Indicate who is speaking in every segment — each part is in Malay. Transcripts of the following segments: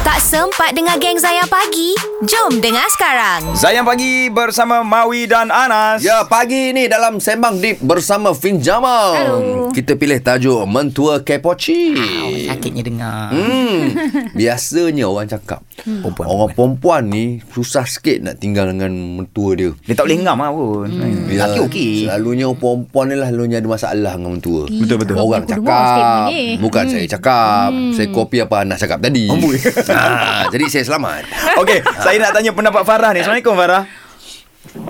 Speaker 1: Tak sempat dengar geng Zayan pagi? Jom dengar sekarang.
Speaker 2: Zayan pagi bersama Mawi dan Anas.
Speaker 3: Ya, pagi ni dalam Sembang Deep bersama Fin Jamal.
Speaker 1: Hello.
Speaker 3: Kita pilih tajuk Mentua Kepoci.
Speaker 4: Sakitnya dengar
Speaker 3: Hmm. Biasanya orang cakap perempuan, orang perempuan ni susah sikit nak tinggal dengan mentua dia. Ya,
Speaker 2: Dia tak boleh ngam lah pun. Hmm. Laki okey.
Speaker 3: Selalunya perempuan ni lah selalunya ada masalah dengan mentua.
Speaker 2: Betul, betul.
Speaker 3: Orang
Speaker 5: Dia
Speaker 3: cakap,
Speaker 5: ni.
Speaker 3: bukan saya cakap. Saya kopi apa Anas cakap tadi. ha, jadi saya selamat.
Speaker 2: Okey, saya nak tanya pendapat Farah ni. Assalamualaikum Farah.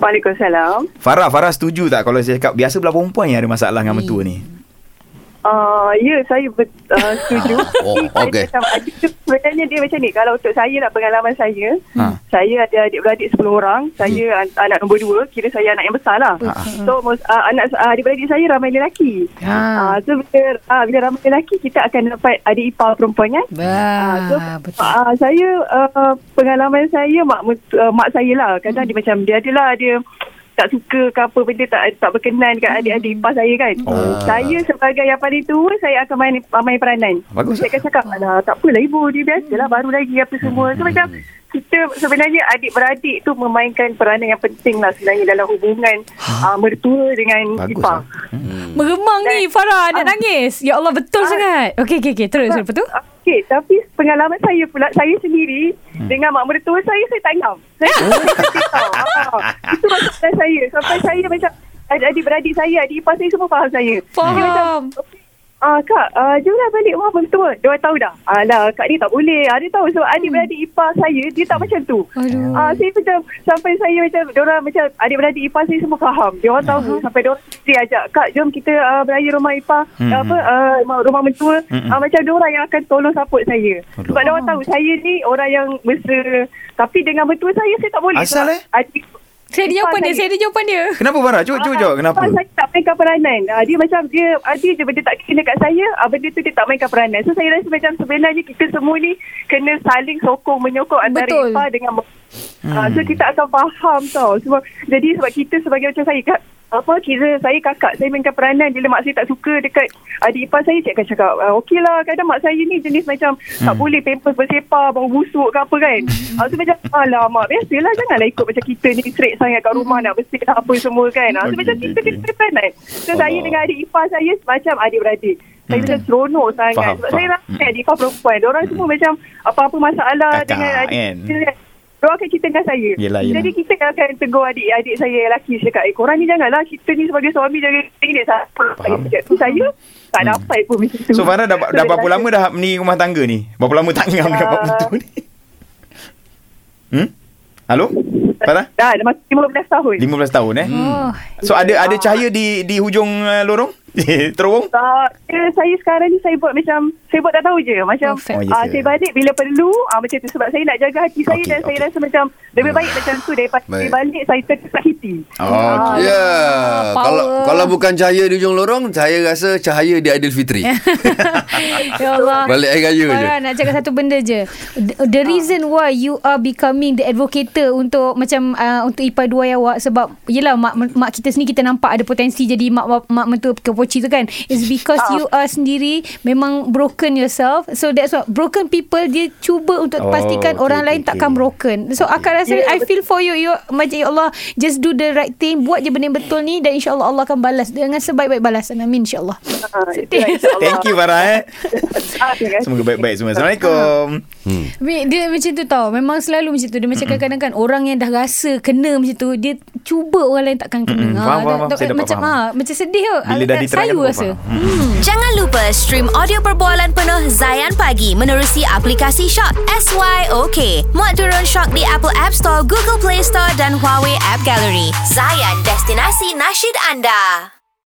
Speaker 6: Waalaikumsalam.
Speaker 2: Farah, Farah setuju tak kalau saya cakap biasa belah perempuan yang ada masalah dengan mentua ni?
Speaker 6: Uh, ya, saya ber, uh, setuju.
Speaker 3: Oh,
Speaker 6: Tapi
Speaker 3: okey.
Speaker 6: saya macam adik tu, Sebenarnya dia macam ni. Kalau untuk saya lah pengalaman saya,
Speaker 2: Ha.
Speaker 6: saya ada adik-beradik 10 orang. Saya an- anak nombor 2. Kira saya anak yang besar lah. So, most, uh, anak uh, adik-beradik saya ramai lelaki.
Speaker 4: Kan?
Speaker 6: Uh, so, bila, uh, bila ramai lelaki, kita akan dapat adik ipar perempuan kan? Ah, so,
Speaker 5: Bah, betul.
Speaker 6: ah, saya uh, pengalaman saya mak ment- uh, mak saya lah kadang dia macam dia adalah dia tak suka ke apa benda tak tak berkenan kat adik-adik ipar saya kan.
Speaker 2: Oh.
Speaker 6: Saya sebagai yang paling tua saya akan main main peranan.
Speaker 2: Bagus. lah.
Speaker 6: Saya akan cakap alah tak apalah ibu dia biasalah baru lagi apa
Speaker 2: Hmm.
Speaker 6: semua. So macam kita sebenarnya adik-beradik tu memainkan peranan yang penting lah sebenarnya dalam hubungan uh, mertua dengan
Speaker 2: Bagus,
Speaker 6: ipar.
Speaker 2: ah.
Speaker 3: Hmm.
Speaker 5: Hmm. Meremang ni Farah nak nangis. Ya Allah betul sangat. Okey okey okey
Speaker 6: Ah.
Speaker 5: terus lepas tu.
Speaker 6: Okey, tapi pengalaman saya pula, saya sendiri hmm. dengan mak mertua saya, saya tak ngam. Saya saya tahu. Ah, Itu masalah saya. Sampai saya macam, adik-beradik saya, adik ipar saya semua faham saya. Dia macam,
Speaker 5: Faham.
Speaker 6: Ah kak, ah, jomlah balik rumah mertua. Dua tahu dah. Alah, kak ni tak boleh. Ah, dia tahu sebab adik-beradik ipar saya, dia tak macam tu.
Speaker 5: Aduh.
Speaker 6: Ah, saya macam sampai saya macam orang macam adik-beradik ipar saya semua faham. Dia orang tahu sampai dia orang sendiri ajak, "Kak, jom kita uh, beraya rumah ipar
Speaker 2: Hmm.
Speaker 6: apa uh, rumah mentua."
Speaker 2: Hmm.
Speaker 6: Uh, macam dia orang yang akan tolong support saya. Sebab dia orang tahu saya ni orang yang mesra. Tapi dengan mentua saya saya tak boleh.
Speaker 2: Asal,
Speaker 6: sebab
Speaker 2: eh?
Speaker 6: Adik
Speaker 5: Saya ada jawapan dia, saya ada jawapan dia.
Speaker 2: Kenapa Farah? Cuba, cuba
Speaker 6: Ah,
Speaker 2: jawab kenapa?
Speaker 6: sebab Saya tak mainkan peranan. Ah, dia macam dia ada je benda tak kena kat saya, ah, benda tu dia tak mainkan peranan. So saya rasa macam sebenarnya kita semua ni kena saling sokong menyokong antara
Speaker 5: Betul.
Speaker 6: Ifa dengan hmm. ah, so kita akan faham tau. Sebab jadi sebab kita sebagai macam saya kat apa kira saya kakak saya mainkan peranan bila mak saya tak suka dekat adik ipar saya cik akan cakap ah, okey lah kadang mak saya ni jenis macam
Speaker 2: Hmm.
Speaker 6: tak boleh pampers bersepar bau busuk ke apa kan ah, so macam alamak biasalah janganlah ikut macam kita ni straight sangat kat rumah nak bersih lah apa semua kan ah, so macam kita kena peranan so saya dengan adik ipar saya macam adik-beradik saya macam seronok sangat
Speaker 2: Hmm. Faham,
Speaker 6: sebab
Speaker 2: faham. Hmm.
Speaker 6: saya ramai adik ipar perempuan orang semua macam apa-apa masalah
Speaker 2: Kakak,
Speaker 6: dengan adik
Speaker 2: kan?
Speaker 6: Diorang akan cerita dengan saya.
Speaker 2: Yelah, yelah.
Speaker 6: Jadi kita akan tegur adik-adik saya yang lelaki. Saya cakap, eh korang ni janganlah. Kita ni sebagai suami jangan ingat siapa.
Speaker 2: Faham. Hmm.
Speaker 6: Saya, cakap, saya tak dapat pun macam tu.
Speaker 2: So Farah dah, dah
Speaker 6: So,
Speaker 2: berapa
Speaker 6: dia
Speaker 2: lama dah ni rumah tangga ni? Berapa lama tak ngam dengan
Speaker 6: Ah.
Speaker 2: mak mentua ni? Hmm? Halo? Farah?
Speaker 6: kata, Dah, dah masuk 15 tahun.
Speaker 2: 15 tahun eh?
Speaker 5: Oh.
Speaker 2: So ada ada cahaya di di hujung uh, lorong? Terowong?
Speaker 6: Tak, dia, saya sekarang ni saya buat macam saya buat tak tahu je macam
Speaker 5: Perfect.
Speaker 2: Oh,
Speaker 6: oh,
Speaker 2: yes,
Speaker 6: uh,
Speaker 2: yes.
Speaker 6: saya balik bila perlu uh, macam tu sebab saya nak jaga hati saya
Speaker 3: Okey,
Speaker 6: dan saya
Speaker 3: okey.
Speaker 6: rasa macam lebih baik macam tu daripada
Speaker 3: Baik.
Speaker 6: saya balik saya tersakiti.
Speaker 2: Hmm. Oh,
Speaker 3: Ya, yeah.
Speaker 5: power.
Speaker 3: kalau kalau bukan cahaya di ujung lorong, saya rasa cahaya di Aidilfitri.
Speaker 5: ya Allah.
Speaker 3: Balik air raya je.
Speaker 5: Farah nak cakap satu benda je. The, the reason why you are becoming the advocator untuk macam uh, untuk ipar dua awak sebab yelah mak mak kita sendiri kita nampak ada potensi jadi mak mak, mak mentua kepoci tu kan is because you are sendiri memang broken yourself. So that's what broken people dia cuba untuk
Speaker 2: Oh,
Speaker 5: oh,
Speaker 2: okay,
Speaker 5: pastikan okay, orang
Speaker 2: okay,
Speaker 5: okay, lain
Speaker 2: okay.
Speaker 5: takkan broken. So akak rasa
Speaker 6: Yeah,
Speaker 5: yeah, I feel for you you macam ya Allah just do the right thing buat je benda yang betul ni dan insyaallah Allah akan balas dengan sebaik-baik balasan. Amin insyaallah.
Speaker 6: Ah, itulah, insyaAllah.
Speaker 2: Thank you Farah eh.
Speaker 6: Ah, terima kasih.
Speaker 2: Semoga baik-baik semua. Assalamualaikum.
Speaker 5: Tapi Dia macam tu tau Memang selalu macam tu Dia macam kadang-kadang kan Orang yang dah rasa Kena macam tu Dia cuba orang lain takkan kena
Speaker 2: Mm-mm. Faham,
Speaker 5: Ah,
Speaker 2: faham,
Speaker 5: tak-
Speaker 2: faham.
Speaker 5: tak-
Speaker 2: Saya dapat
Speaker 5: Macam
Speaker 2: faham.
Speaker 5: ah, macam sedih tu
Speaker 2: Bila dah diterangkan
Speaker 5: Sayu
Speaker 2: pun
Speaker 5: rasa
Speaker 2: faham.
Speaker 1: Jangan lupa stream audio perbualan penuh Zayan pagi menerusi aplikasi Shock SYOK. Muat turun Shock di Apple App Store, Google Play Store dan Huawei App Gallery. Zayan, destinasi nasyid anda.